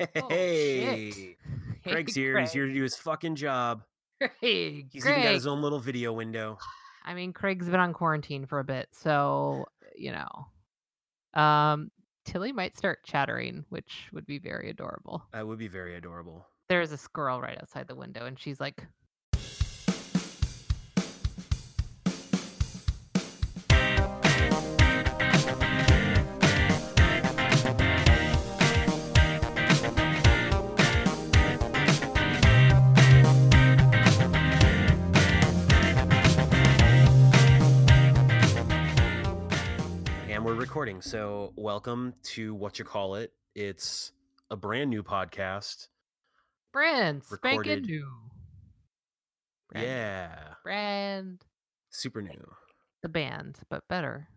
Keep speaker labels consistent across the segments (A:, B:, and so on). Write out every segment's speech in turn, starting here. A: Oh, shit.
B: Hey,
A: Hey,
B: Craig's here. He's here to do his fucking job.
A: Craig. Hey,
B: He's
A: Craig.
B: even got his own little video window.
A: I mean, Craig's been on quarantine for a bit, so you know, um, Tilly might start chattering, which would be very adorable.
B: That Uh, would be very adorable.
A: There is a squirrel right outside the window, and she's like,
B: And we're recording. So, welcome to what you call it. It's a brand new podcast.
A: "Brand spanking
B: Recorded.
A: new." Brand,
B: Yeah.
A: brand
B: Super new.
A: the band, but better.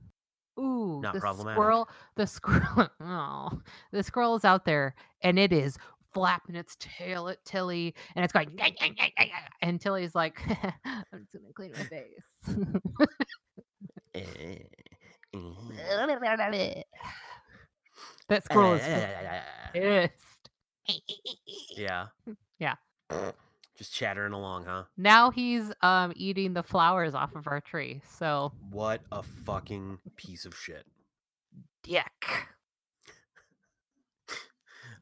A: Ooh,
B: Not
A: the
B: problematic.
A: squirrel. The squirrel. Oh, the squirrel is out there, and it is flapping its tail at Tilly, and it's going. "Nyah, nyah, nyah, nyah, nyah," And Tilly's like, "I'm just gonna clean my face."
B: Mm.
A: that squirrel is pissed.
B: Eh. Yeah.
A: Mm, Yeah.
B: Just chattering along, huh?
A: Now he's um eating the flowers off of our tree. So
B: What a fucking piece of shit.
A: yuck.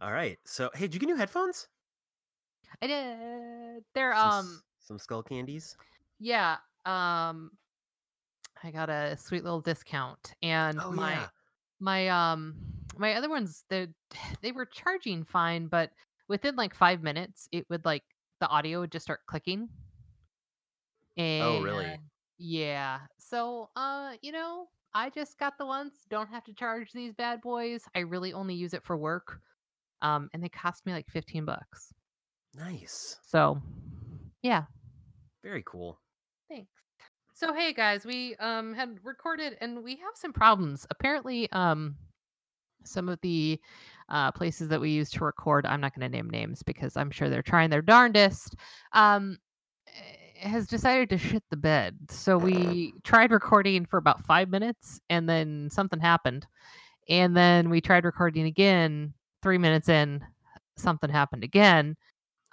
B: All right. So, hey, did you get new headphones?
A: I did. They're
B: Some s-
A: um
B: some skull candies.
A: yeah um i got a sweet little discount and
B: Oh,
A: my
B: yeah.
A: my um my other ones they they were charging fine but within like five minutes it would like the audio would just start clicking and
B: Oh, really?
A: yeah so uh you know i just got the ones don't have to charge these bad boys i really only use it for work um and they cost me like 15 bucks
B: Nice.
A: so yeah
B: Very cool.
A: Thanks. So hey guys, we um had recorded and we have some problems. Apparently, um some of the uh places that we use to record, I'm not going to name names because I'm sure they're trying their darndest. Um eh, has decided to shit the bed. So we tried recording for about 5 minutes and then something happened. And then we tried recording again 3 minutes in something happened again.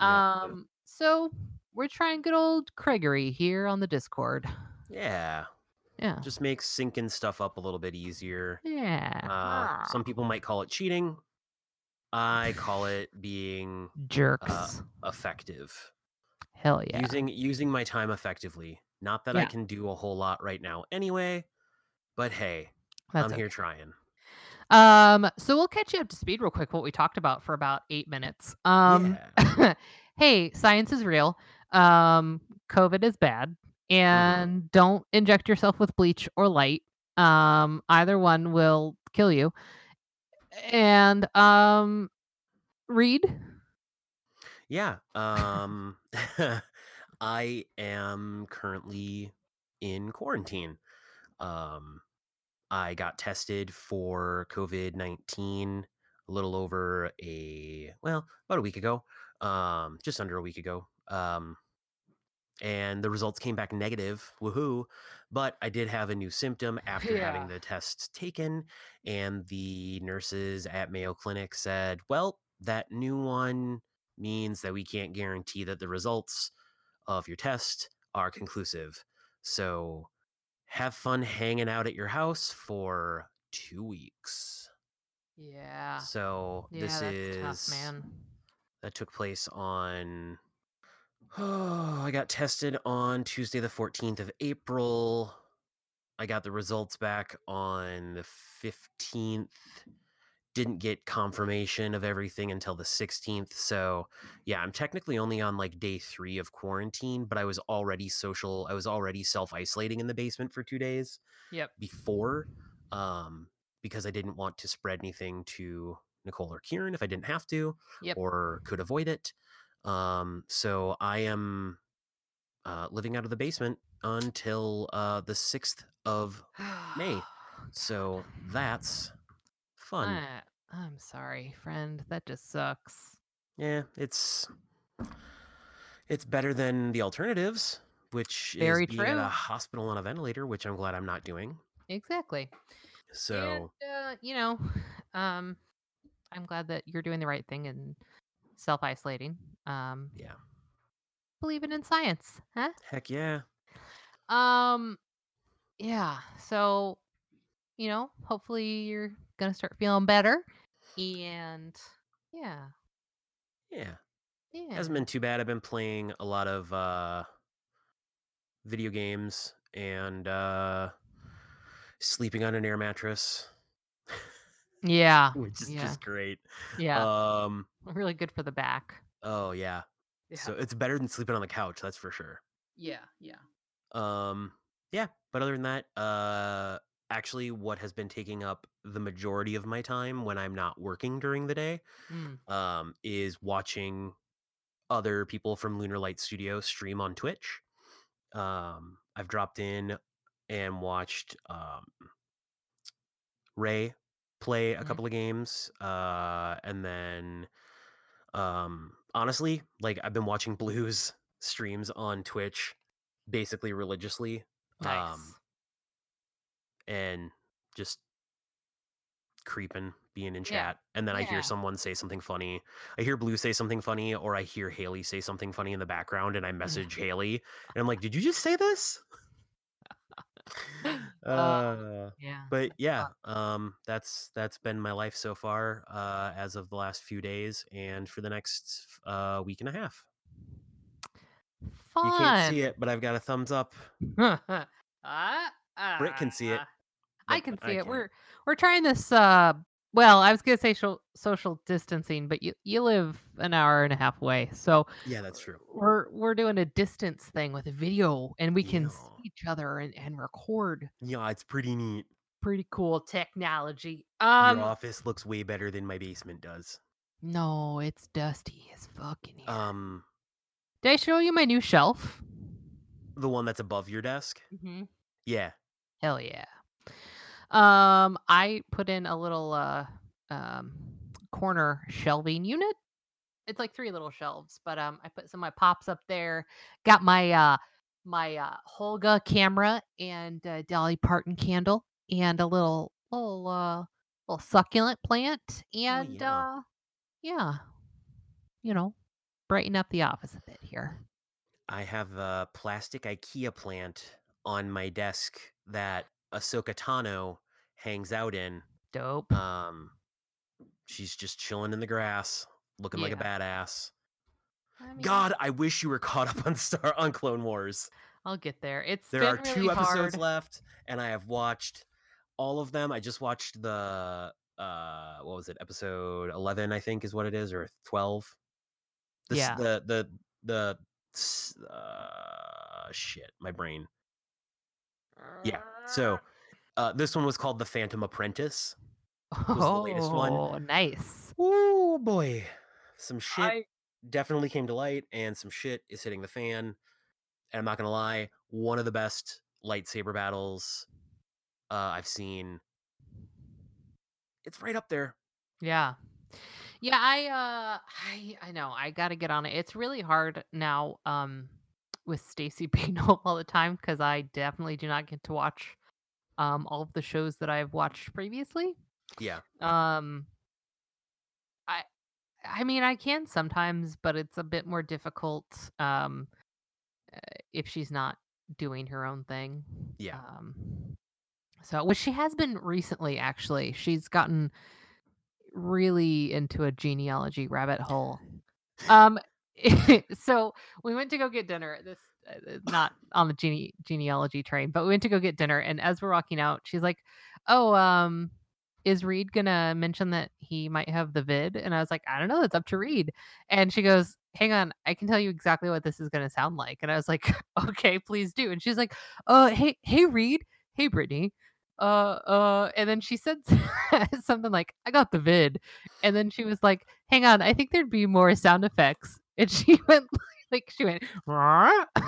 B: Yeah.
A: Um, so we're trying good old Craigery here on the Discord.
B: Yeah.
A: Uh-huh. Yeah.
B: Just makes syncing stuff up a little bit easier.
A: Yeah.
B: Uh, some people might call it cheating. I call it being
A: jerks.
B: effective.
A: Hell yeah.
B: Using using my time effectively. Not that I
A: Yeah.
B: can do a whole lot right now anyway, but hey,
A: That's
B: I'm
A: okay.
B: here trying.
A: Um, so we'll catch you up to speed real quick what we talked about for about eight minutes. Um hey, science is real. Um, COVID is bad.
B: Mm-hmm.
A: And don't inject yourself with bleach or light. Um, either one will kill you. And um read.
B: Yeah. Um I am currently in quarantine. Um I got tested for COVID-19 a little over a well, about a week ago. Um just under a week ago. Um and the results came back negative. Woohoo. But I did have a new symptom after having
A: Yeah.
B: the test taken and the nurses at Mayo Clinic said, "Well, that new one means that we can't guarantee that the results of your test are conclusive. So have fun hanging out at your house for two weeks.
A: Yeah.
B: So
A: Ah, Yeah,
B: this
A: that's
B: is
A: tough, man.
B: that took place on oh i got tested on tuesday the 14th of april i got the results back on the 15th didn't get confirmation of everything until the 16th so yeah i'm technically only on like day three of quarantine but i was already social i was already self-isolating in the basement for two days
A: Yep.
B: before um, because I didn't want to spread anything to Nicole or Kieran if I didn't have to
A: Yep.
B: or could avoid it. Um, so I am uh, living out of the basement until uh, the 6th of. May. So that's fun.
A: I, I'm sorry, friend. That just sucks.
B: Yeah, it's it's better than the alternatives, which
A: Very
B: is being at
A: true.
B: a hospital on a ventilator, which I'm glad I'm not doing.
A: Exactly.
B: So
A: and, uh, you know, um, I'm glad that you're doing the right thing and self isolating. Um,
B: Yeah.
A: believing in science, huh?
B: Heck yeah.
A: Um, yeah. So, you know, hopefully you're gonna start feeling better, and yeah,
B: Yeah.
A: yeah.
B: Hasn't been too bad. I've been playing a lot of uh video games and uh sleeping on an air mattress,
A: yeah,
B: which is
A: Oh, Yeah.
B: just great.
A: yeah.
B: Um
A: really good for the back.
B: oh yeah.
A: Yeah,
B: So it's better than sleeping on the couch, that's for sure.
A: yeah, yeah.
B: Um, yeah, but other than that, uh, actually, what has been taking up the majority of my time when I'm not working during the day,
A: Mm.
B: um, is watching other people from Lunar Light Studio stream on Twitch. Um, I've dropped in and watched um, Ray play a
A: Mhm.
B: couple of games, uh, and then um, honestly, like I've been watching Blues streams on Twitch basically religiously
A: Nice.
B: Um, and just creeping, being in
A: Yeah.
B: chat. And then I
A: Yeah.
B: hear someone say something funny. I hear Blue say something funny, or I hear Haley say something funny in the background, and I message Haley and I'm like, Did you just say this? Uh,
A: yeah.
B: but yeah,
A: uh.
B: um, that's that's been my life so far, uh, as of the last few days, and for the next uh, week and a half.
A: Fun.
B: You can't see it, but I've got a thumbs up.
A: Ah,
B: Britt can see it,
A: ah. I
B: but
A: can
B: I
A: see it.
B: can't.
A: We're we're trying this. Uh, well, I was gonna say social, social distancing, but you you live an hour and a half away, so
B: Yeah, that's true.
A: we're we're doing a distance thing with video, and we can see
B: Yeah.
A: each other and, and record.
B: Yeah, it's pretty neat.
A: Pretty cool technology.
B: Your
A: Um,
B: office looks way better than my basement does.
A: no, it's dusty as fucking. Here.
B: Um,
A: Did I show you my new shelf?
B: the one that's above your desk.
A: Mm-hmm.
B: Yeah.
A: Hell yeah. Um, I put in a little uh um corner shelving unit. It's like three little shelves, but um I put some of my pops up there. Got my uh my uh Holga camera and uh, Dolly Parton candle and a little little uh little succulent plant and
B: Oh, yeah.
A: uh yeah. You know, brighten up the office a bit here.
B: I have a plastic IKEA plant on my desk that Ahsoka Tano hangs out in.
A: Dope.
B: Um, she's just chilling in the grass, looking like a badass.
A: I mean,
B: God, I wish you were caught up on Star on Clone Wars.
A: I'll get there. It's
B: There
A: been
B: are
A: really
B: two episodes
A: hard.
B: left, and I have watched all of them. I just watched the uh what was it, episode eleven, I think is what it is, or twelve. The, s-
A: Yeah.
B: the the the s- uh shit, my brain. Yeah. So
A: Ah.
B: uh this one was called The Phantom Apprentice. was the latest one.
A: Oh, nice.
B: Ooh boy. Some shit
A: I-
B: definitely came to light and some shit is hitting the fan. And I'm not gonna lie, one of the best lightsaber battles uh, I've seen. It's right up there.
A: Yeah. Yeah, I uh I I know. I got to get on it. It's really hard now um with Stacy being home all the time cuz I definitely do not get to watch um all of the shows that I've watched previously.
B: Yeah.
A: Um I I mean, I can sometimes, but it's a bit more difficult um uh, if she's not doing her own thing.
B: Yeah.
A: Um, so, which she has been recently, actually. She's gotten really into a genealogy rabbit hole. Um, so we went to go get dinner. This uh, uh, not on the gene- genealogy train, but we went to go get dinner. And as we're walking out, she's like, "Oh, um." Is Reed gonna mention that he might have the vid? And I was like, I don't know, it's up to Reed. And she goes, Hang on, I can tell you exactly what this is gonna sound like. And I was like, okay, please do. And she's like, uh, hey, hey, Reed, hey, Brittany, uh, uh, and then she said something like, I got the vid, and then she was like, hang on, I think there'd be more sound effects, and she went like, she went, "Rah?" I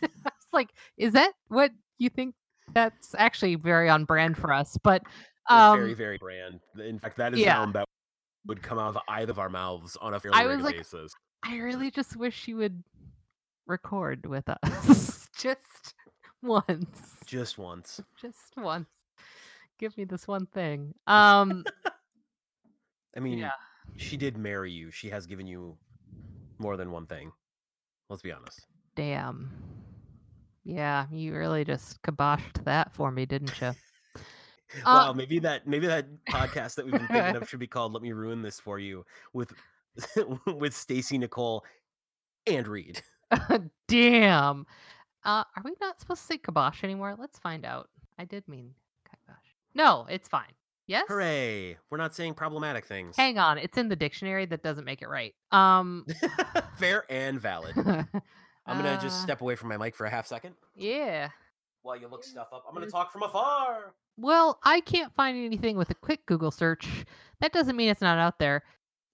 A: was like, is that what you think? That's actually very on brand for us, but um,
B: very, very brand. In fact, that is
A: yeah.
B: sound that would come out of either of our mouths on a fairly
A: I was
B: regular
A: like-
B: basis.
A: I really just wish she would record with us just once.
B: Just once.
A: just once give me this one thing um
B: I mean,
A: yeah.
B: she did marry you. She has given you more than one thing. Let's be honest.
A: Damn. Yeah, you really just kiboshed that for me, didn't you?
B: wow, maybe that maybe that podcast that we've been thinking of should be called "Let Me Ruin This for You" with with Stacy Nicole and Reed.
A: Damn. Uh, are we not supposed to say kibosh anymore? Let's find out. I did mean kibosh. No, it's fine. Yes.
B: Hooray! We're not saying problematic things.
A: Hang on, it's in the dictionary. That doesn't make it right. Um,
B: Fair and valid. I'm gonna just
A: Uh,
B: step away from my mic for a half second
A: Yeah.
B: while you look stuff up. I'm gonna talk from afar.
A: Well, I can't find anything with a quick Google search. That doesn't mean it's not out there.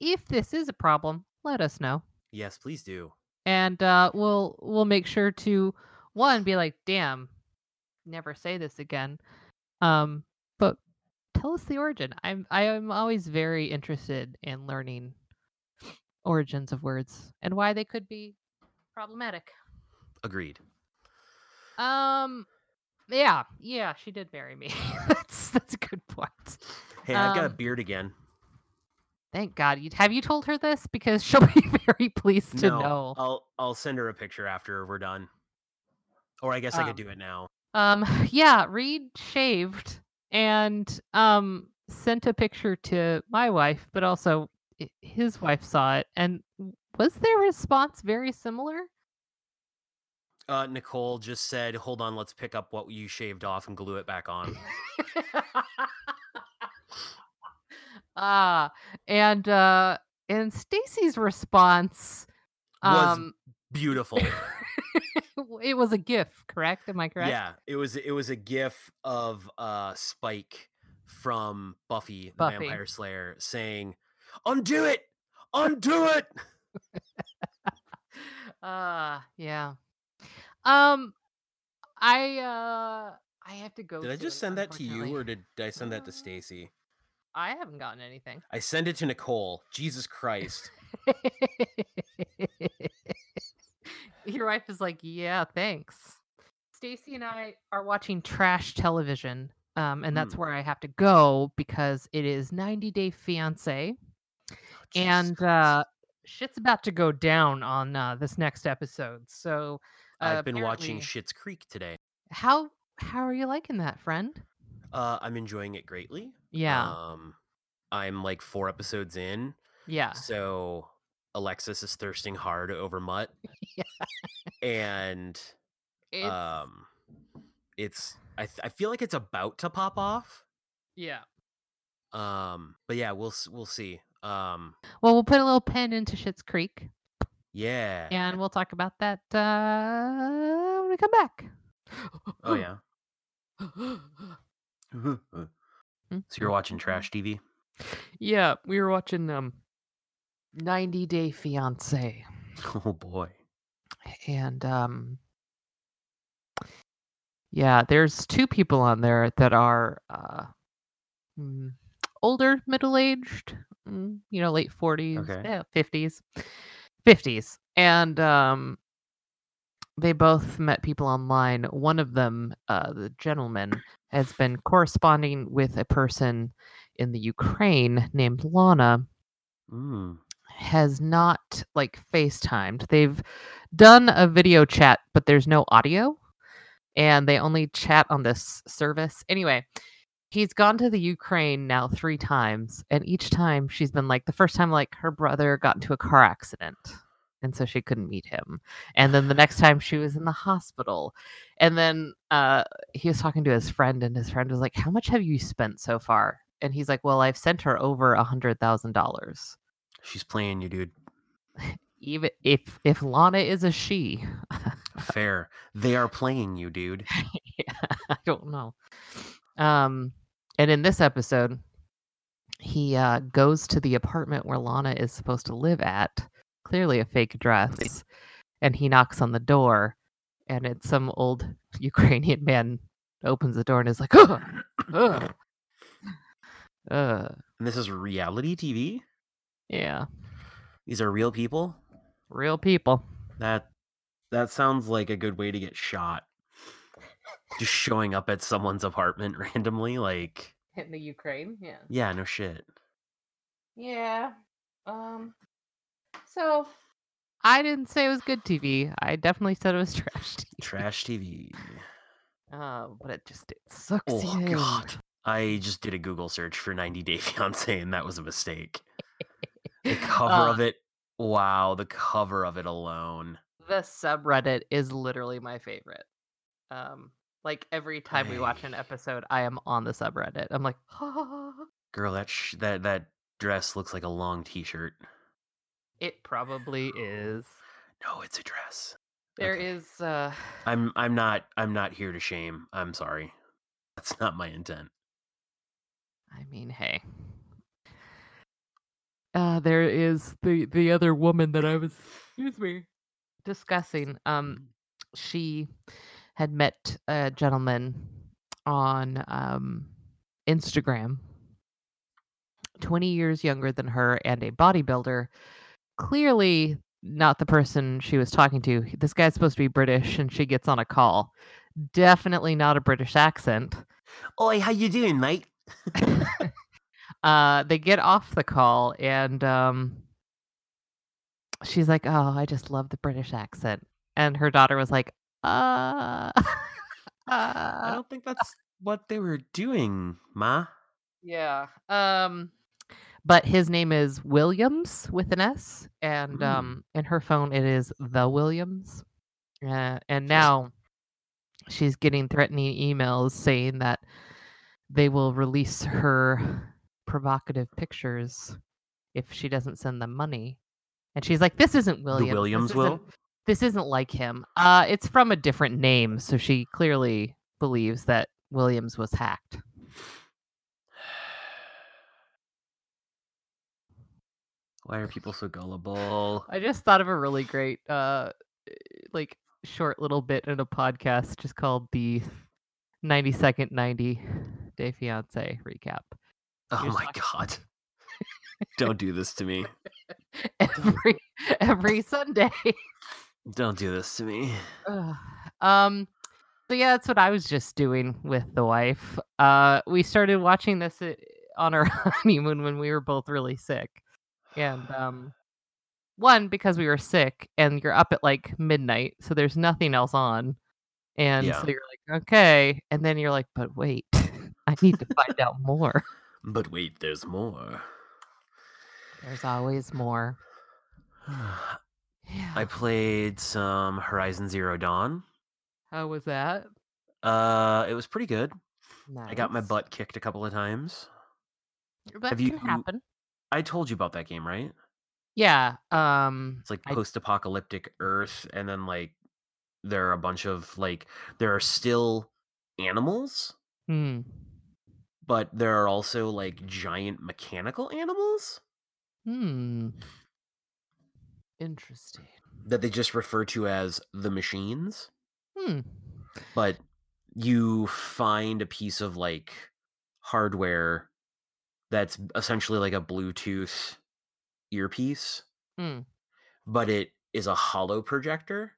A: If this is a problem, let us know,
B: Yes, please do.
A: and uh, we'll we'll make sure to one be like, "Damn, never say this again." Um, but tell us the origin. I'm I am always very interested in learning origins of words and why they could be problematic.
B: Agreed.
A: Um, yeah, yeah, she did marry me. that's that's a good point.
B: Hey, I've got a
A: Um,
B: beard again.
A: Thank God. You, have you told her this? Because she'll be very pleased to
B: No,
A: know.
B: I'll I'll send her a picture after we're done. Or I guess I
A: Um,
B: could do it now.
A: Um, yeah, Reed shaved and um sent a picture to my wife, but also i- his wife saw it. And w- was their response very similar?
B: Uh, Nicole just said, "Hold on, let's pick up what you shaved off and glue it back on."
A: Ah, and uh, and Stacy's response.
B: Was
A: Um,
B: Beautiful.
A: it was a gif, correct? Am I correct?
B: Yeah, it was it was a gif of uh Spike from Buffy the
A: Buffy.
B: Vampire Slayer saying, "Undo it, undo it."
A: uh yeah um i uh i have to go
B: Did I just
A: soon,
B: send that to you,
A: unfortunately.
B: or did, did I send that to
A: Uh,
B: Stacy?
A: i haven't gotten anything
B: I send it to Nicole. Jesus Christ!
A: your wife is like yeah thanks stacy and i are watching trash television um and
B: Mm.
A: that's where i have to go because it is 90 day fiance
B: Oh, Jesus
A: and
B: Christ.
A: uh shit's about to go down on uh this next episode so uh,
B: I've been watching
A: apparently-
B: Shit's Creek today.
A: how how are you liking that friend
B: Uh, I'm enjoying it greatly.
A: Yeah.
B: Um, I'm like four episodes in,
A: yeah.
B: so Alexis is thirsting hard over Mutt,
A: Yeah.
B: and
A: It's,
B: um, it's I th- I feel like it's about to pop off.
A: yeah.
B: Um, but yeah, we'll s- we'll see. Um,
A: Well, we'll put a little pin into Shits Creek
B: yeah.
A: and we'll talk about that uh, when we come back.
B: Oh yeah.
A: Mm.
B: so you're watching trash TV?
A: Yeah, we were watching um 90 Day Fiance
B: Oh boy.
A: and um yeah, there's two people on there that are uh mm, older, middle-aged, mm, you know, late 40s,
B: Okay.
A: yeah, 50s. 50s. And um they both met people online. One of them, uh, the gentleman, has been corresponding with a person in the Ukraine named Lana.
B: Mm.
A: Has not like FaceTimed. They've done a video chat, but there's no audio, and they only chat on this service. Anyway, he's gone to the Ukraine now three times, and each time she's been like, the first time, like her brother got into a car accident, and so she couldn't meet him. And then the next time she was in the hospital. And then uh, he was talking to his friend, and his friend was like, How much have you spent so far? And he's like, Well, I've sent her over a hundred thousand dollars.
B: She's playing you, dude.
A: Even if if Lana is a she,
B: Fair. They are playing you, dude.
A: yeah, I don't know. Um, and in this episode, he uh, goes to the apartment where Lana is supposed to live at, clearly a fake address, and he knocks on the door, and it's some old Ukrainian man opens the door and is like, "Ugh, ugh, ugh."
B: And this is reality TV?
A: yeah,
B: These are real people?
A: real people."
B: That that sounds like a good way to get shot. Just showing up at someone's apartment randomly, like
A: In the Ukraine, yeah.
B: yeah, no shit.
A: Yeah. Um. So. I didn't say it was good TV. I definitely said it was trash TV.
B: Trash TV.
A: Oh, but it just it sucks
B: Oh,
A: you in.
B: God. I just did a Google search for 90 Day Fiance, and that was a mistake. The cover
A: Uh,
B: of it. Wow, the cover of it alone.
A: the subreddit is literally my favorite. Um, like every time we watch an
B: I-
A: episode, I am on the subreddit. I'm like,
B: Girl, that sh- that that dress looks like a long T-shirt.
A: it probably is.
B: No, it's a dress.
A: There
B: Okay.
A: is uh
B: I'm I'm not I'm not here to shame. I'm sorry. That's not my intent.
A: I mean, hey. Uh there is the the other woman that I was excuse me discussing. Um she had met a gentleman on um Instagram 20 years younger than her and a bodybuilder. Clearly not the person she was talking to. This guy's supposed to be British and she gets on a call. Definitely not a British accent.
B: Oi, how you doing, mate?
A: uh, they get off the call and um, she's like, "Oh, I just love the British accent," and her daughter was like, "Uh,
B: I
A: uh
B: don't think that's what they were doing, ma.
A: yeah." Um, but his name is Williams with an S, and
B: Mm.
A: um, in her phone it is the Williams, uh, and now she's getting threatening emails saying that they will release her provocative pictures if she doesn't send them money. And she's like, "This isn't William.
B: the Williams
A: this
B: will.
A: Isn't, this isn't like him. Uh, it's from a different name." So she clearly believes that Williams was hacked.
B: Why are people so gullible?
A: I just thought of a really great, uh, like short little bit in a podcast just called the 90 second 90 day fiance recap.
B: Oh
A: You're
B: my god. Don't do this to me.
A: Every every Sunday.
B: Don't do this to me.
A: Ugh. um so yeah that's what i was just doing with the wife uh we started watching this uh, on our honeymoon when we were both really sick and um one because we were sick and you're up at like midnight so there's nothing else on and
B: Yeah.
A: so you're like okay and then you're like but wait i need to find out more
B: But wait, there's more.
A: there's always more yeah
B: I played some Horizon Zero Dawn.
A: how was that
B: Uh, it was pretty good. I got my
A: Nice.
B: butt kicked a couple of times.
A: that
B: you-
A: can happen
B: I told you about that game, right?
A: yeah um
B: It's like
A: I-
B: post-apocalyptic Earth, and then like there are a bunch of like there are still animals,
A: hmm.
B: but there are also like giant mechanical animals
A: Hmm. Interesting.
B: that they just refer to as the machines.
A: Hmm.
B: but you find a piece of like hardware that's essentially like a bluetooth earpiece
A: Mm.
B: but it is a hollow projector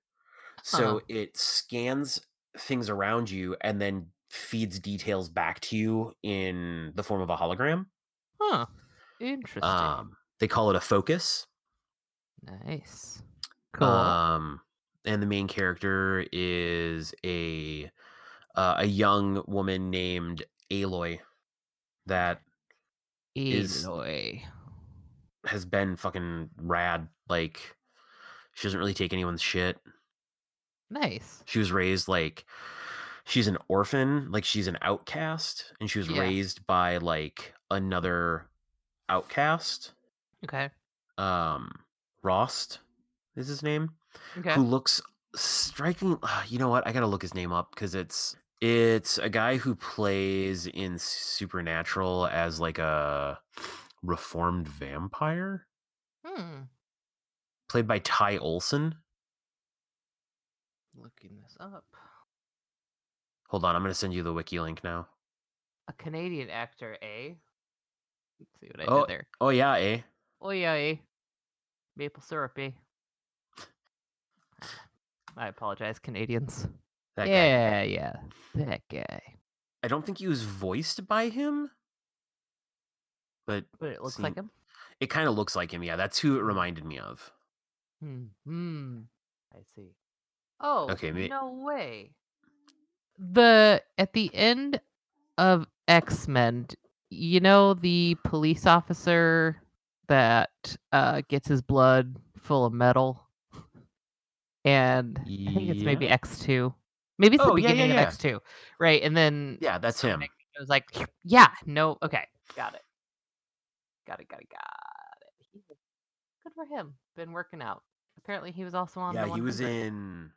B: so
A: Huh.
B: it scans things around you and then feeds details back to you in the form of a hologram
A: Huh. Uh-huh. Interesting.
B: um, they call it a focus
A: nice. Cool.
B: Um, and the main character is a uh, a young woman named Aloy that is-
A: Aloy.
B: has been fucking rad. Like she doesn't really take anyone's shit.
A: Nice.
B: She was raised like she's an orphan, like she's an outcast, and she was
A: Yeah.
B: raised by like another outcast.
A: Okay.
B: Um, Rost is his name.
A: Okay.
B: who looks striking. uh, You know what? I gotta look his name up because it's it's a guy who plays in Supernatural as like a reformed vampire,
A: Hmm.
B: played by Ty Olson.
A: Looking this up.
B: Hold on, I'm gonna send you the wiki link now.
A: A Canadian actor, eh? Let's see what I
B: Oh.
A: did there.
B: Oh yeah, eh?
A: Oh yeah, eh? Maple syrup, eh? I apologize, Canadians.
B: That guy.
A: yeah, yeah. That guy.
B: I don't think he was voiced by him, but
A: But it looks like
B: Sneak-
A: him.
B: It kind of looks like him. Yeah, that's
A: Mm.
B: who it reminded me of.
A: Hmm. I see. Oh,
B: Okay, may-
A: no way. The at the end of X Men, you know the police officer that uh, gets his blood full of metal, and I think it's maybe
B: Yeah.
A: X two, maybe it's
B: Oh,
A: the
B: yeah, yeah,
A: beginning
B: yeah.
A: of X two, right? And then
B: Yeah, that's
A: so
B: him.
A: Nick was like, yeah, no, okay, got it, got it, got it, got it. He was- Good for him. Been working out. Apparently, he was also on.
B: Yeah,
A: the
B: he was
A: 100.
B: in.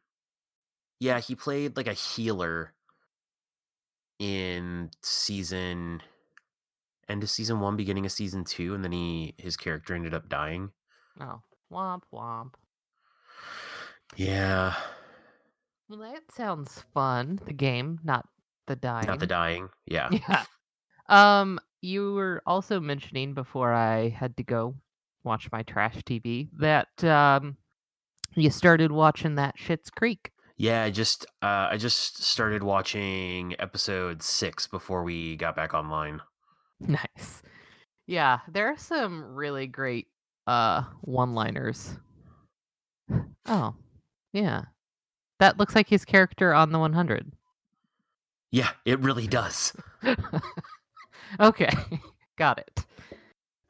B: Yeah, he played like a healer in season end of season one, beginning of season two, and then he his character ended up dying.
A: Oh, womp womp.
B: Yeah,
A: Well, that sounds fun. The game, not the dying.
B: not the dying. Yeah,
A: Yeah. Um, you were also mentioning before I had to go watch my trash TV that um you started watching that Shit's Creek.
B: yeah. I just uh, I just started watching episode six before we got back online.
A: Nice. Yeah, there are some really great uh one-liners. Oh, yeah. That looks like his character on the 100.
B: Yeah, it really does.
A: okay, got it.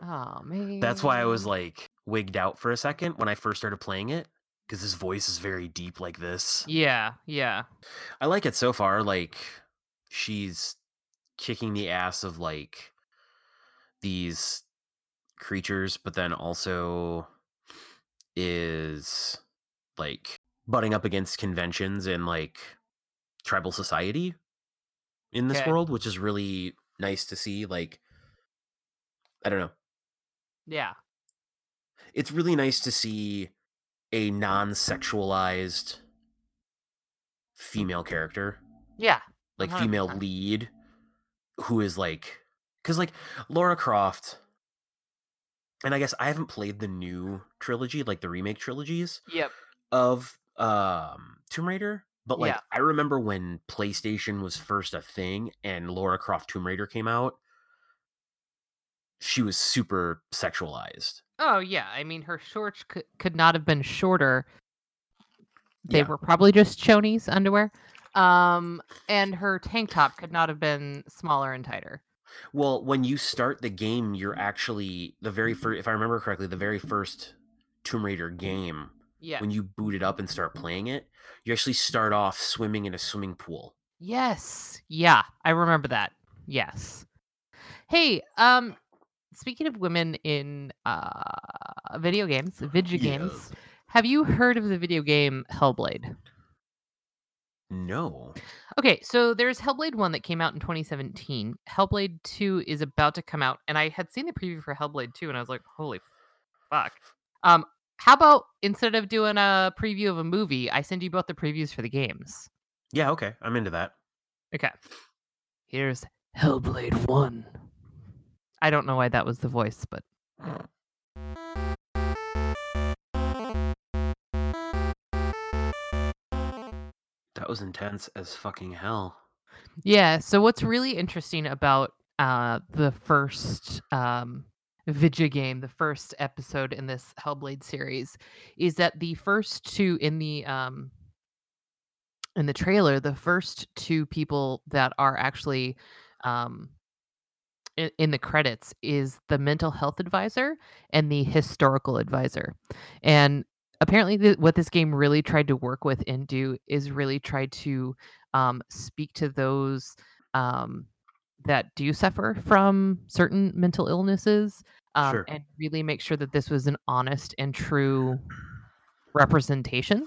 A: Oh man.
B: That's why I was like wigged out for a second when I first started playing it because his voice is very deep like this.
A: Yeah, yeah.
B: I like it so far. Like she's kicking the ass of like these creatures, but then also is like butting up against conventions and like tribal society in this
A: Okay.
B: world, which is really nice to see. Like, I don't know.
A: Yeah.
B: It's really nice to see a non sexualized female character
A: Uh-huh, Yeah.
B: like
A: 100%.
B: female lead who is like because like laura croft and i guess i haven't played the new trilogy like the remake trilogies
A: Yep.
B: of um tomb raider but like
A: Yeah.
B: i remember when playstation was first a thing and laura croft tomb raider came out she was super sexualized
A: Oh yeah. I mean her shorts could, could not have been shorter. They
B: Yeah.
A: were probably just chonies underwear. Um and her tank top could not have been smaller and tighter.
B: Well, when you start the game,
A: Mm-hmm.
B: you're actually the very first, if I remember correctly, the very first Tomb Raider game,
A: Yeah.
B: when you boot it up and start playing it, you actually start off swimming in a swimming pool.
A: Yes. Yeah, I remember that. Yes. Hey, um speaking of women in uh video games, video games, have you heard of the video game Hellblade?
B: No.
A: Okay, so there's Hellblade 1 that came out in 2017. Hellblade 2 is about to come out, and I had seen the preview for Hellblade 2 and I was like, "Holy fuck." Um how about instead of doing a preview of a movie, I send you both the previews for the games.
B: Yeah, okay. I'm into that.
A: Okay. Here's Hellblade 1. I don't know why that was the voice, but
B: That was intense as fucking hell.
A: Yeah. So what's really interesting about uh, the first um, Vidya game, the first episode in this Hellblade series, is that the first two in the um, in the trailer, the first two people that are actually um, in, in the credits is the mental health advisor and the historical advisor, and apparently th- what this game really tried to work with and do is really try to um, speak to those um, that do suffer from certain mental illnesses um,
B: Sure.
A: and really make sure that this was an honest and true representation.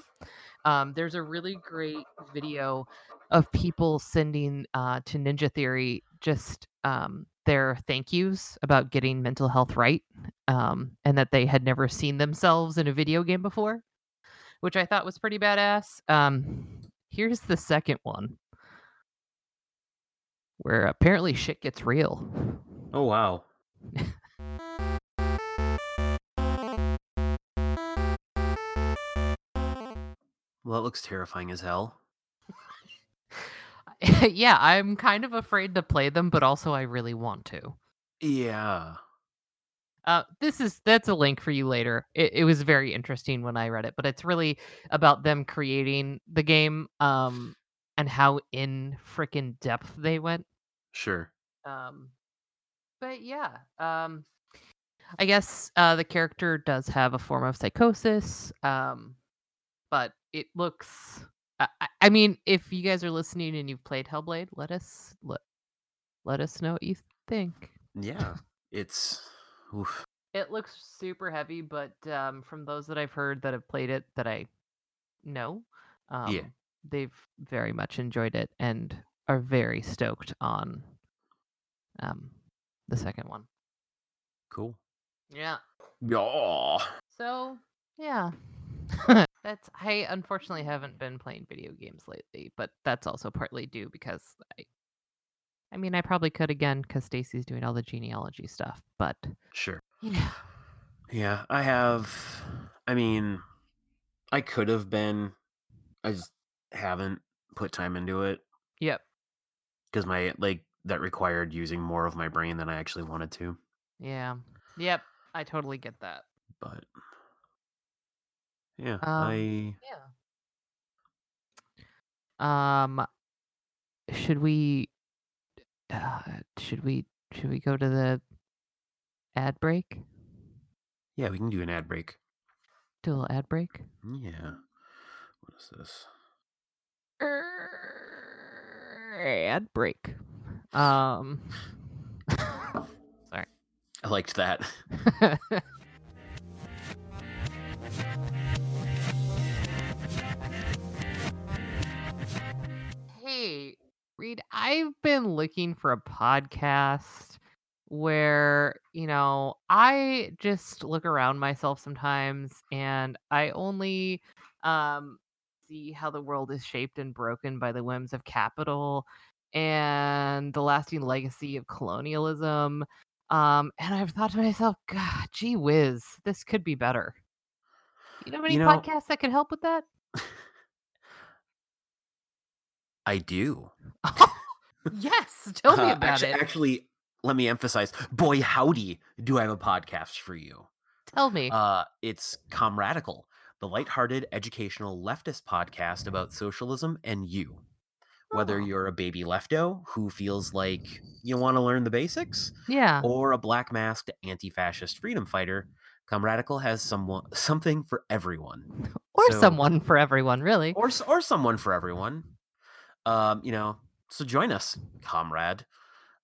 A: Um, there's a really great video of people sending uh, to Ninja Theory just um, their thank yous about getting mental health right um, and that they had never seen themselves in a video game before, which I thought was pretty badass. Um, here's the second one where apparently shit gets real.
B: Oh, wow. Well, that looks terrifying as hell.
A: yeah, I'm kind of afraid to play them, but also I really want to.
B: Yeah.
A: Uh, this is that's a link for you later. It, it was very interesting when I read it, but it's really about them creating the game um, and how in freaking depth they went.
B: Sure.
A: Um, but yeah, um, I guess uh, the character does have a form of psychosis, um, but it looks. I, I- I mean, if you guys are listening and you've played Hellblade, let us let, let us know what you think.
B: Yeah. It's oof.
A: It looks super heavy, but um, from those that I've heard that have played it, that I know, um,
B: Yeah.
A: they've very much enjoyed it and are very stoked on um, the second one.
B: cool.
A: Yeah.
B: Yeah.
A: So yeah, that's I unfortunately haven't been playing video games lately, but that's also partly due because I, I mean, I probably could again because Stacy's doing all the genealogy stuff, but
B: Sure.
A: you know,
B: Yeah, I have. I mean, I could have been. I just haven't put time into it
A: yep,
B: because my like that required using more of my brain than I actually wanted to.
A: yeah, yep, I totally get that.
B: But yeah, I
A: Um, Yeah. Um, should we, uh, should we, should we go to the ad break?
B: yeah, we can do an ad break.
A: Do a little ad break.
B: Yeah. What is this?
A: Err, ad break. Um,
B: I liked that.
A: hey, Reed, I've been looking for a podcast where, you know, I just look around myself sometimes and I only um see how the world is shaped and broken by the whims of capital and the lasting legacy of colonialism. Um, and I've thought to myself, God, gee whiz, this could be better. You know, any
B: You know-
A: podcasts that could help with that?
B: I do.
A: yes, tell me
B: Uh,
A: about
B: actu-
A: it.
B: Actually, let me emphasize. Boy, howdy, do I have a podcast for you?
A: tell me.
B: Uh, it's Comradical, the lighthearted educational leftist podcast about socialism and you. Whether
A: Oh.
B: you're a baby lefto who feels like you want to learn the basics,
A: yeah.
B: or a black masked anti fascist freedom fighter, Comradical has someone something for everyone.
A: Or
B: so-
A: someone for everyone, really.
B: Or s- or someone for everyone. Um, you know, so join us, comrade,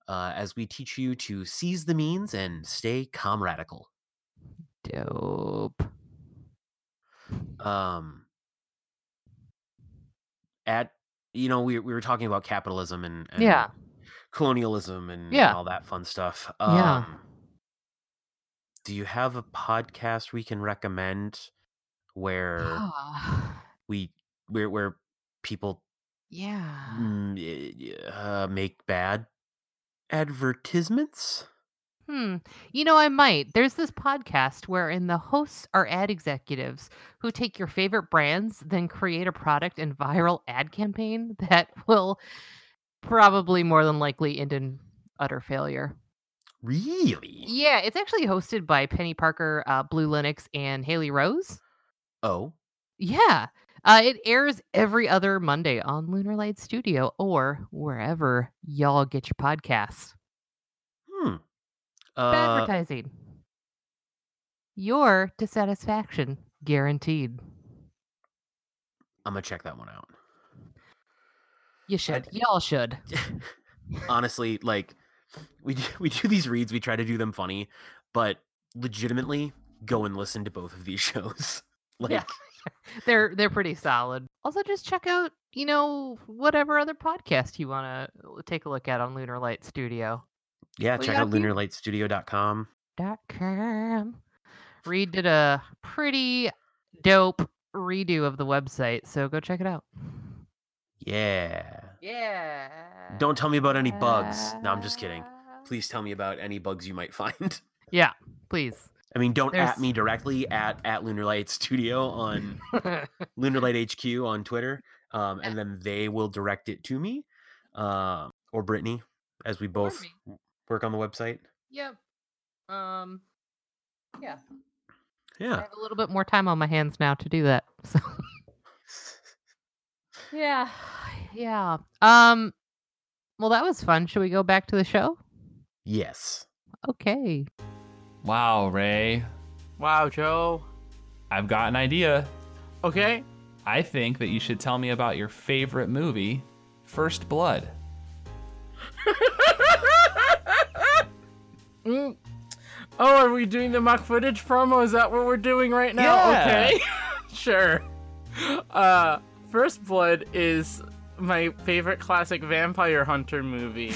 B: uh, as we teach you to seize the means and stay comradical.
A: Dope.
B: um at you know we we were talking about capitalism and, and
A: Yeah.
B: colonialism and, and
A: Yeah.
B: all that fun stuff um
A: Yeah.
B: do you have a podcast we can recommend where
A: Oh.
B: we where where people
A: yeah.
B: mm, y- y- uh, make bad advertisements
A: Hmm. You know, I might. There's this podcast wherein the hosts are ad executives who take your favorite brands, then create a product and viral ad campaign that will probably more than likely end in utter failure.
B: really
A: Yeah, it's actually hosted by Penny Parker, uh, Blue Linux, and Haley Rose.
B: oh
A: Yeah. Uh, it airs every other Monday on Lunar Light Studio or wherever y'all get your podcasts.
B: hmm uh,
A: Advertising. Your dissatisfaction guaranteed.
B: i'm gonna check that one out
A: You should. y'all should.
B: honestly, like we do, we do these reads, we try to do them funny, but legitimately go and listen to both of these shows. like
A: Yeah. They're they're pretty solid. Also, just check out you know whatever other podcast you want to take a look at on Lunar Light Studio.
B: yeah,
A: We
B: check
A: got
B: out
A: a few-
B: lunarlightstudio.com.
A: dot com. Reed did a pretty dope redo of the website, so go check it out.
B: Yeah.
A: Yeah. Uh,
B: Don't tell me about any bugs. No, I'm just kidding. Please tell me about any bugs you might find.
A: Please.
B: I mean, don't
A: There's-
B: at me directly at at Lunar Light Studio on Lunar Light HQ on Twitter, um, and then they will direct it to me, um, or Brittany, as we both
A: me.
B: work on the website.
A: yep. Um Yeah. I
B: Yeah.
A: have a little bit more time on my hands now to do that. So yeah, yeah. Um, well, that was fun. Should we go back to the show?
B: Yes.
A: Okay.
C: Wow, Ray.
D: Wow, Joe.
C: I've got an idea.
D: Okay.
C: I think that you should tell me about your favorite movie, First Blood.
D: Mm. Oh, are we doing the mock footage promo? Is that what we're doing right now?
C: Yeah.
D: Okay. sure. Uh, First Blood is my favorite classic vampire hunter movie.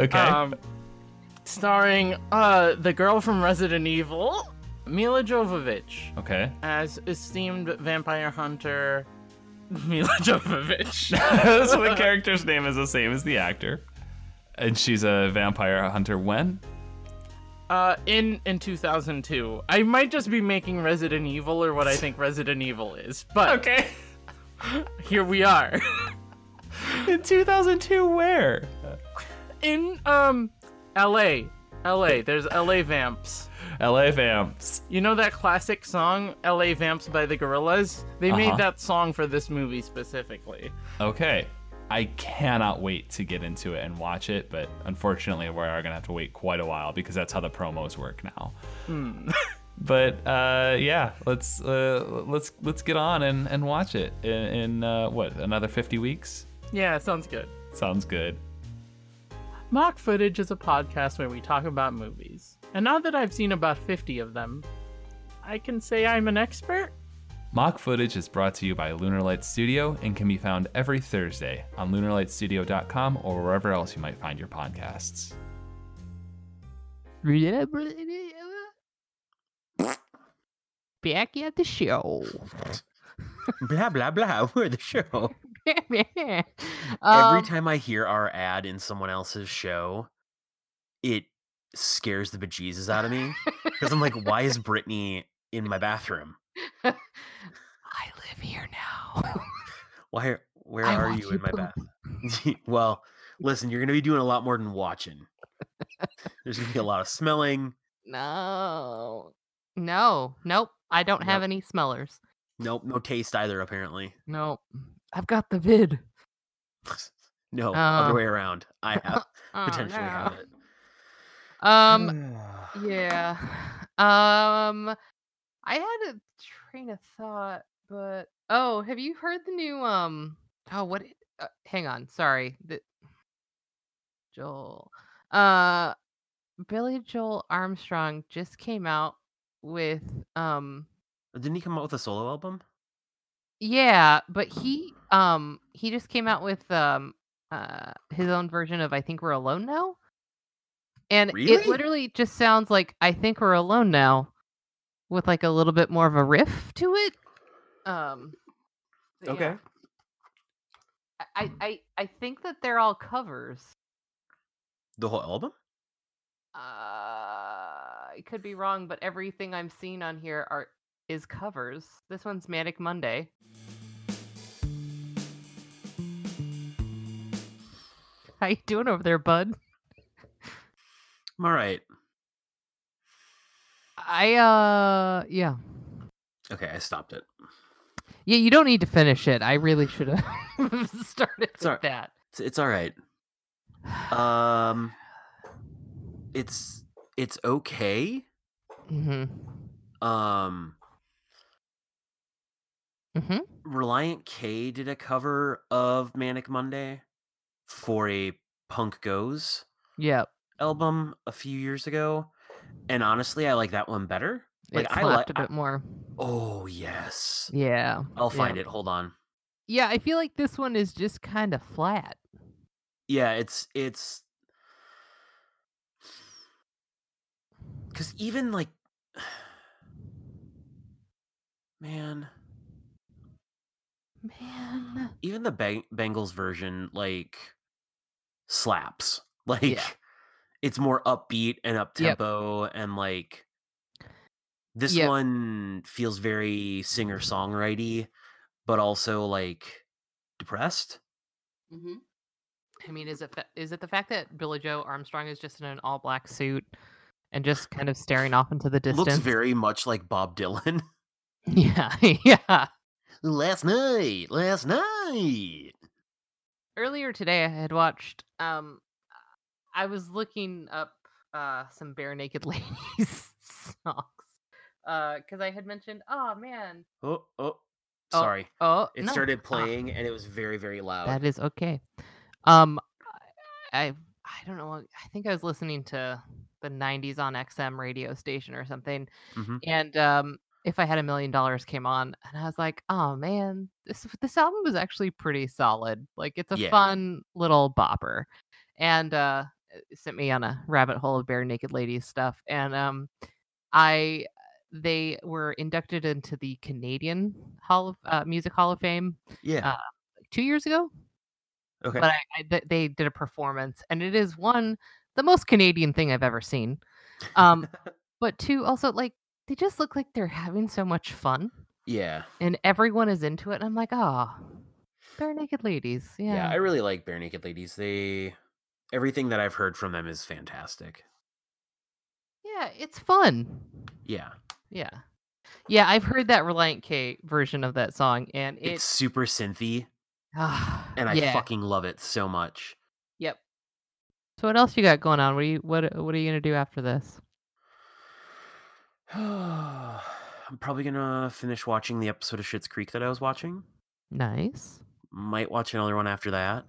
C: Okay.
D: Um, starring uh, the girl from Resident Evil, Mila Jovovich,
C: okay.
D: as esteemed vampire hunter Mila Jovovich.
C: so the character's name is the same as the actor. And she's a vampire hunter when?
D: Uh, in in 2002, I might just be making Resident Evil or what I think Resident Evil is, but
C: Okay.
D: here we are
C: In 2002, where?
D: in um L.A. L.A. There's L.A. Vamps.
C: LA Vamps.
D: You know that classic song L.A. Vamps by the Gorillas? They
C: Uh-huh.
D: made that song for this movie specifically.
C: Okay. I cannot wait to get into it and watch it, but unfortunately, we are going to have to wait quite a while because that's how the promos work now. but uh, yeah, let's uh, let's let's get on and, and watch it in, in uh, what another 50 weeks.
D: Yeah, sounds good.
C: Sounds good.
D: Mock Footage is a podcast where we talk about movies. And now that I've seen about 50 of them, I can say I'm an expert?
C: Mock footage is brought to you by Lunar Light Studio and can be found every Thursday on lunarlightstudio.com or wherever else you might find your podcasts.
A: Back at the show.
B: Blah blah blah. We're the show. Every
A: Um,
B: time I hear our ad in someone else's show, it scares the bejesus out of me because I'm like, why is Brittany in my bathroom?
A: I live here now.
B: Why? are- Where
A: I
B: are
A: watch
B: you
A: you
B: in my
A: poop.
B: bath? well, listen, you're gonna be doing a lot more than watching. There's gonna be a lot of smelling.
A: no. No. Nope. I don't have
B: Nope.
A: any smellers.
B: Nope, no taste either. Apparently,
A: Nope. I've got the vid.
B: no other
A: Oh.
B: way around. I have
A: Oh,
B: potentially
A: no.
B: have it.
A: Um Yeah. Um I had a train of thought, but oh, have you heard the new um oh what it- uh, hang on, sorry. The, Joel. Uh Billy Joel Armstrong just came out with um
B: Didn't he come out with a solo album?
A: yeah, but he um he just came out with um uh his own version of I think we're alone now. And it
B: Really?
A: literally just sounds like I think we're alone now with like a little bit more of a riff to it. Um but yeah. I I I think that they're all covers.
B: The whole album?
A: Uh I could be wrong, but everything I'm seeing on here are is covers. This one's Manic Monday. How you doing over there, bud?
B: I'm all right.
A: I uh yeah.
B: Okay, I stopped it.
A: Yeah, you don't need to finish it. I really should have started with
B: Sorry.
A: that.
B: It's, it's all right.
A: Uh,
B: Um, it's it's okay.
A: hmm
B: Um,
A: hmm
B: Reliant K did a cover of Manic Monday for a Punk Goes
A: Yeah.
B: album a few years ago, and honestly, I like that one better. Like
A: it
B: I like.
A: slapped a bit more.
B: Oh yes,
A: Yeah.
B: I'll
A: yeah.
B: find it. Hold on.
A: Yeah, I feel like this one is just kind of flat.
B: yeah it's it's because even like man
A: Man.
B: even the Bang- bengals version like slaps like it's more upbeat and up
A: Yep.
B: tempo and like this
A: Yep.
B: one feels very singer songwriting but also like depressed
A: Mm-hmm. I mean, is it fa- is it the fact that Billy Joe Armstrong is just in an all black suit and just kind of staring off into the distance?
B: Looks very much like Bob Dylan.
A: yeah, yeah.
B: last night, last night.
A: Earlier today, I had watched. Um, I was looking up uh some bare naked ladies songs uh because I had mentioned, oh man,
B: Oh, oh,
A: Oh,
B: sorry.
A: oh,
B: It
A: no.
B: started playing and it was very, very loud.
A: That is okay. Um, I I I don't know. what- I think I was listening to the '90s on XM radio station or something,
B: Mhm.
A: and um, if I had a million dollars came on, and I was like, oh man, this this album was actually pretty solid. Like it's a
B: Yeah.
A: fun little bopper, and uh, it sent me on a rabbit hole of bare naked ladies stuff, and um, I. They were inducted into the Canadian Hall of uh, Music Hall of Fame
B: yeah.
A: two years ago,
B: okay.
A: uh, but I, I th- they did a performance, and it is one the most Canadian thing I've ever seen. Um, but two, also like they just look like they're having so much fun,
B: yeah.
A: and everyone is into it. And I'm like, oh, bare naked ladies,
B: yeah.
A: yeah.
B: I really like Bare Naked Ladies. They everything that I've heard from them is fantastic.
A: Yeah, it's fun.
B: Yeah.
A: Yeah. Yeah, I've heard that Reliant K version of that song, and it,
B: it's super synthy
A: ah,
B: and I
A: yeah.
B: fucking love it so much.
A: yep. So what else you got going on? What are you what what are you gonna do after this?
B: I'm probably gonna finish watching the episode of Shit's Creek that I was watching.
A: Nice,
B: Might watch another one after that.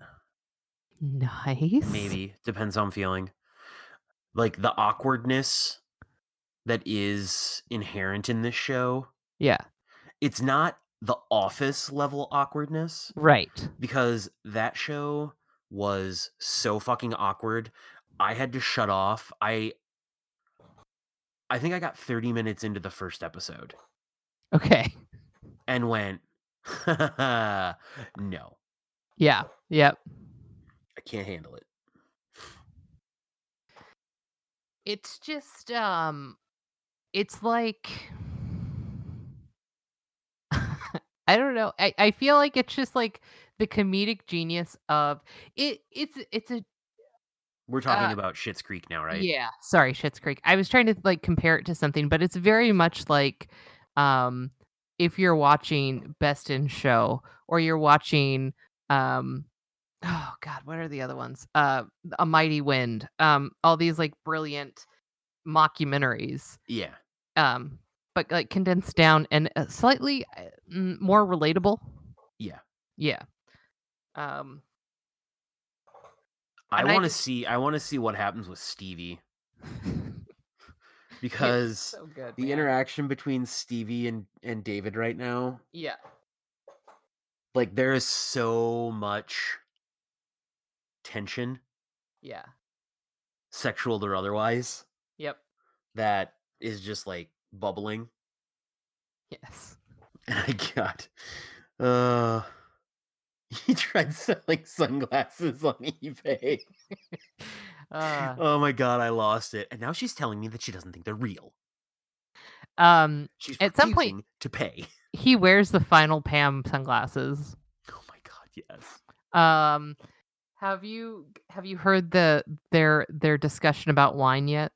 A: nice.
B: Maybe. Depends how I'm feeling. Like the awkwardness that is inherent in this show.
A: Yeah.
B: It's not the office level awkwardness
A: Right.
B: because that show was so fucking awkward. I had to shut off. I I think I got 30 minutes into the first episode
A: Okay.
B: and went no.
A: Yeah. Yep.
B: I can't handle it.
A: It's just um it's like I don't know. I, I feel like it's just like the comedic genius of it it's it's a
B: We're talking
A: Uh,
B: about Shits Creek now, right?
A: yeah. Sorry, Shits Creek. I was trying to like compare it to something, but it's very much like um if you're watching Best in Show or you're watching um oh god, what are the other ones? Uh A Mighty Wind. Um all these like brilliant mockumentaries
B: Yeah.
A: um but like condensed down and uh, slightly uh, mm, more relatable.
B: Yeah.
A: Yeah. Um
B: I
A: And I
B: want to
A: just-
B: see I want to see what happens with Stevie because
A: good.
B: the interaction between Stevie and and David right now,
A: Yeah.
B: like there is so much tension,
A: Yeah.
B: sexual or otherwise,
A: Yep.
B: that is just like bubbling.
A: Yes.
B: And I got uh he tried selling sunglasses on eBay.
A: Uh,
B: oh my god, I lost it. And now she's telling me that she doesn't think they're real.
A: um,
B: She's
A: At some point-
B: refusing to pay.
A: he wears the final Pam sunglasses.
B: Oh my god, yes.
A: Um, have you have you heard the their their discussion about wine yet,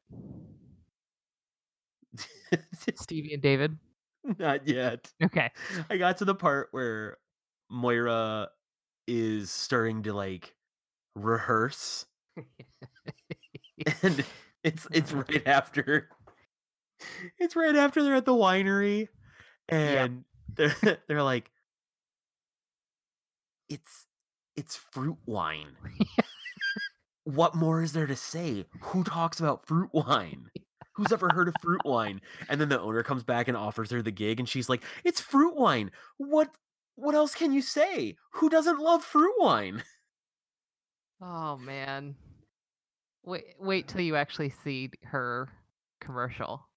A: Stevie and David?
B: Not yet.
A: Okay,
B: I got to the part where Moira is starting to like rehearse, and it's it's
A: Uh-huh.
B: right after, it's right after they're at the winery, and they're they're like, it's it's fruit wine. what more is there to say? Who talks about fruit wine? Who's ever heard of fruit wine? And then the owner comes back and offers her the gig, and she's like, "It's fruit wine. What? What else can you say? Who doesn't love fruit wine?"
A: Oh man, wait wait till you actually see her commercial.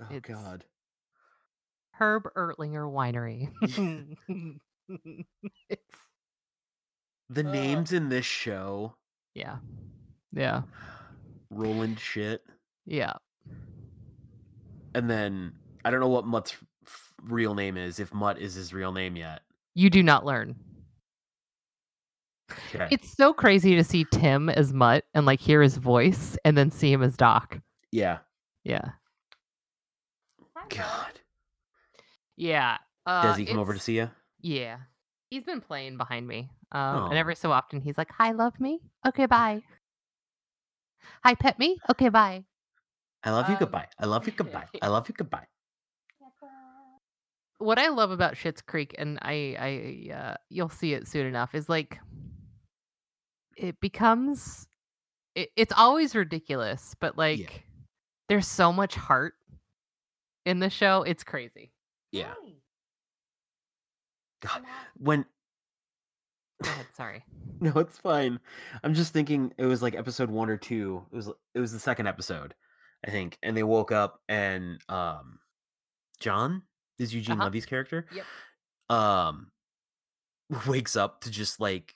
B: Oh
A: It's- God. Herb Ertlinger Winery. it's,
B: the
A: Ugh.
B: names in this show,
A: yeah, yeah,
B: Roland shit,
A: yeah.
B: and then I don't know what Mutt's f- f- real name is. If Mutt is his real name yet,
A: You do not learn.
B: Okay.
A: It's so crazy to see Tim as Mutt and like hear his voice and then see him as Doc.
B: yeah.
A: Yeah.
B: God.
A: Yeah. Uh,
B: Does he come over to
A: it's-
B: see you?
A: Yeah. He's been playing behind me. Um,
B: Oh.
A: And every so often he's like, Hi, love me. Okay, bye. Hi, pet me. Okay, bye.
B: I love you.
A: Um,
B: Goodbye. I love you. Goodbye. I love you. Goodbye.
A: What I love about Schitt's Creek, and I, I, uh, you'll see it soon enough, is like it becomes, it, it's always ridiculous, but like there's so much heart in the show. It's crazy.
B: Yeah. God. When
A: Go ahead. Sorry.
B: no, it's fine. I'm just thinking it was like episode one or two. It was it was the second episode, I think. And they woke up and um, John is Eugene
A: Uh-huh.
B: Levy's character.
A: Yep.
B: Um, wakes up to just like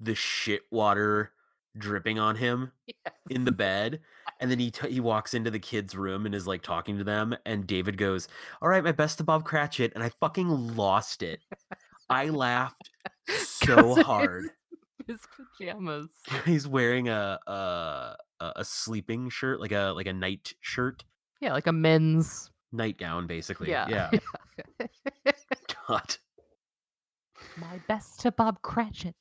B: the shit water dripping on him. in the bed and then he t- he walks into the kids room and is like talking to them and david goes all right my best to bob cratchit and i fucking lost it i laughed so
A: 'Cause it
B: hard
A: His pajamas.
B: he's wearing a, a a a sleeping shirt like a like a night shirt
A: Yeah, like a men's.
B: nightgown basically
A: Yeah.
B: yeah God.
A: My best to Bob Cratchit.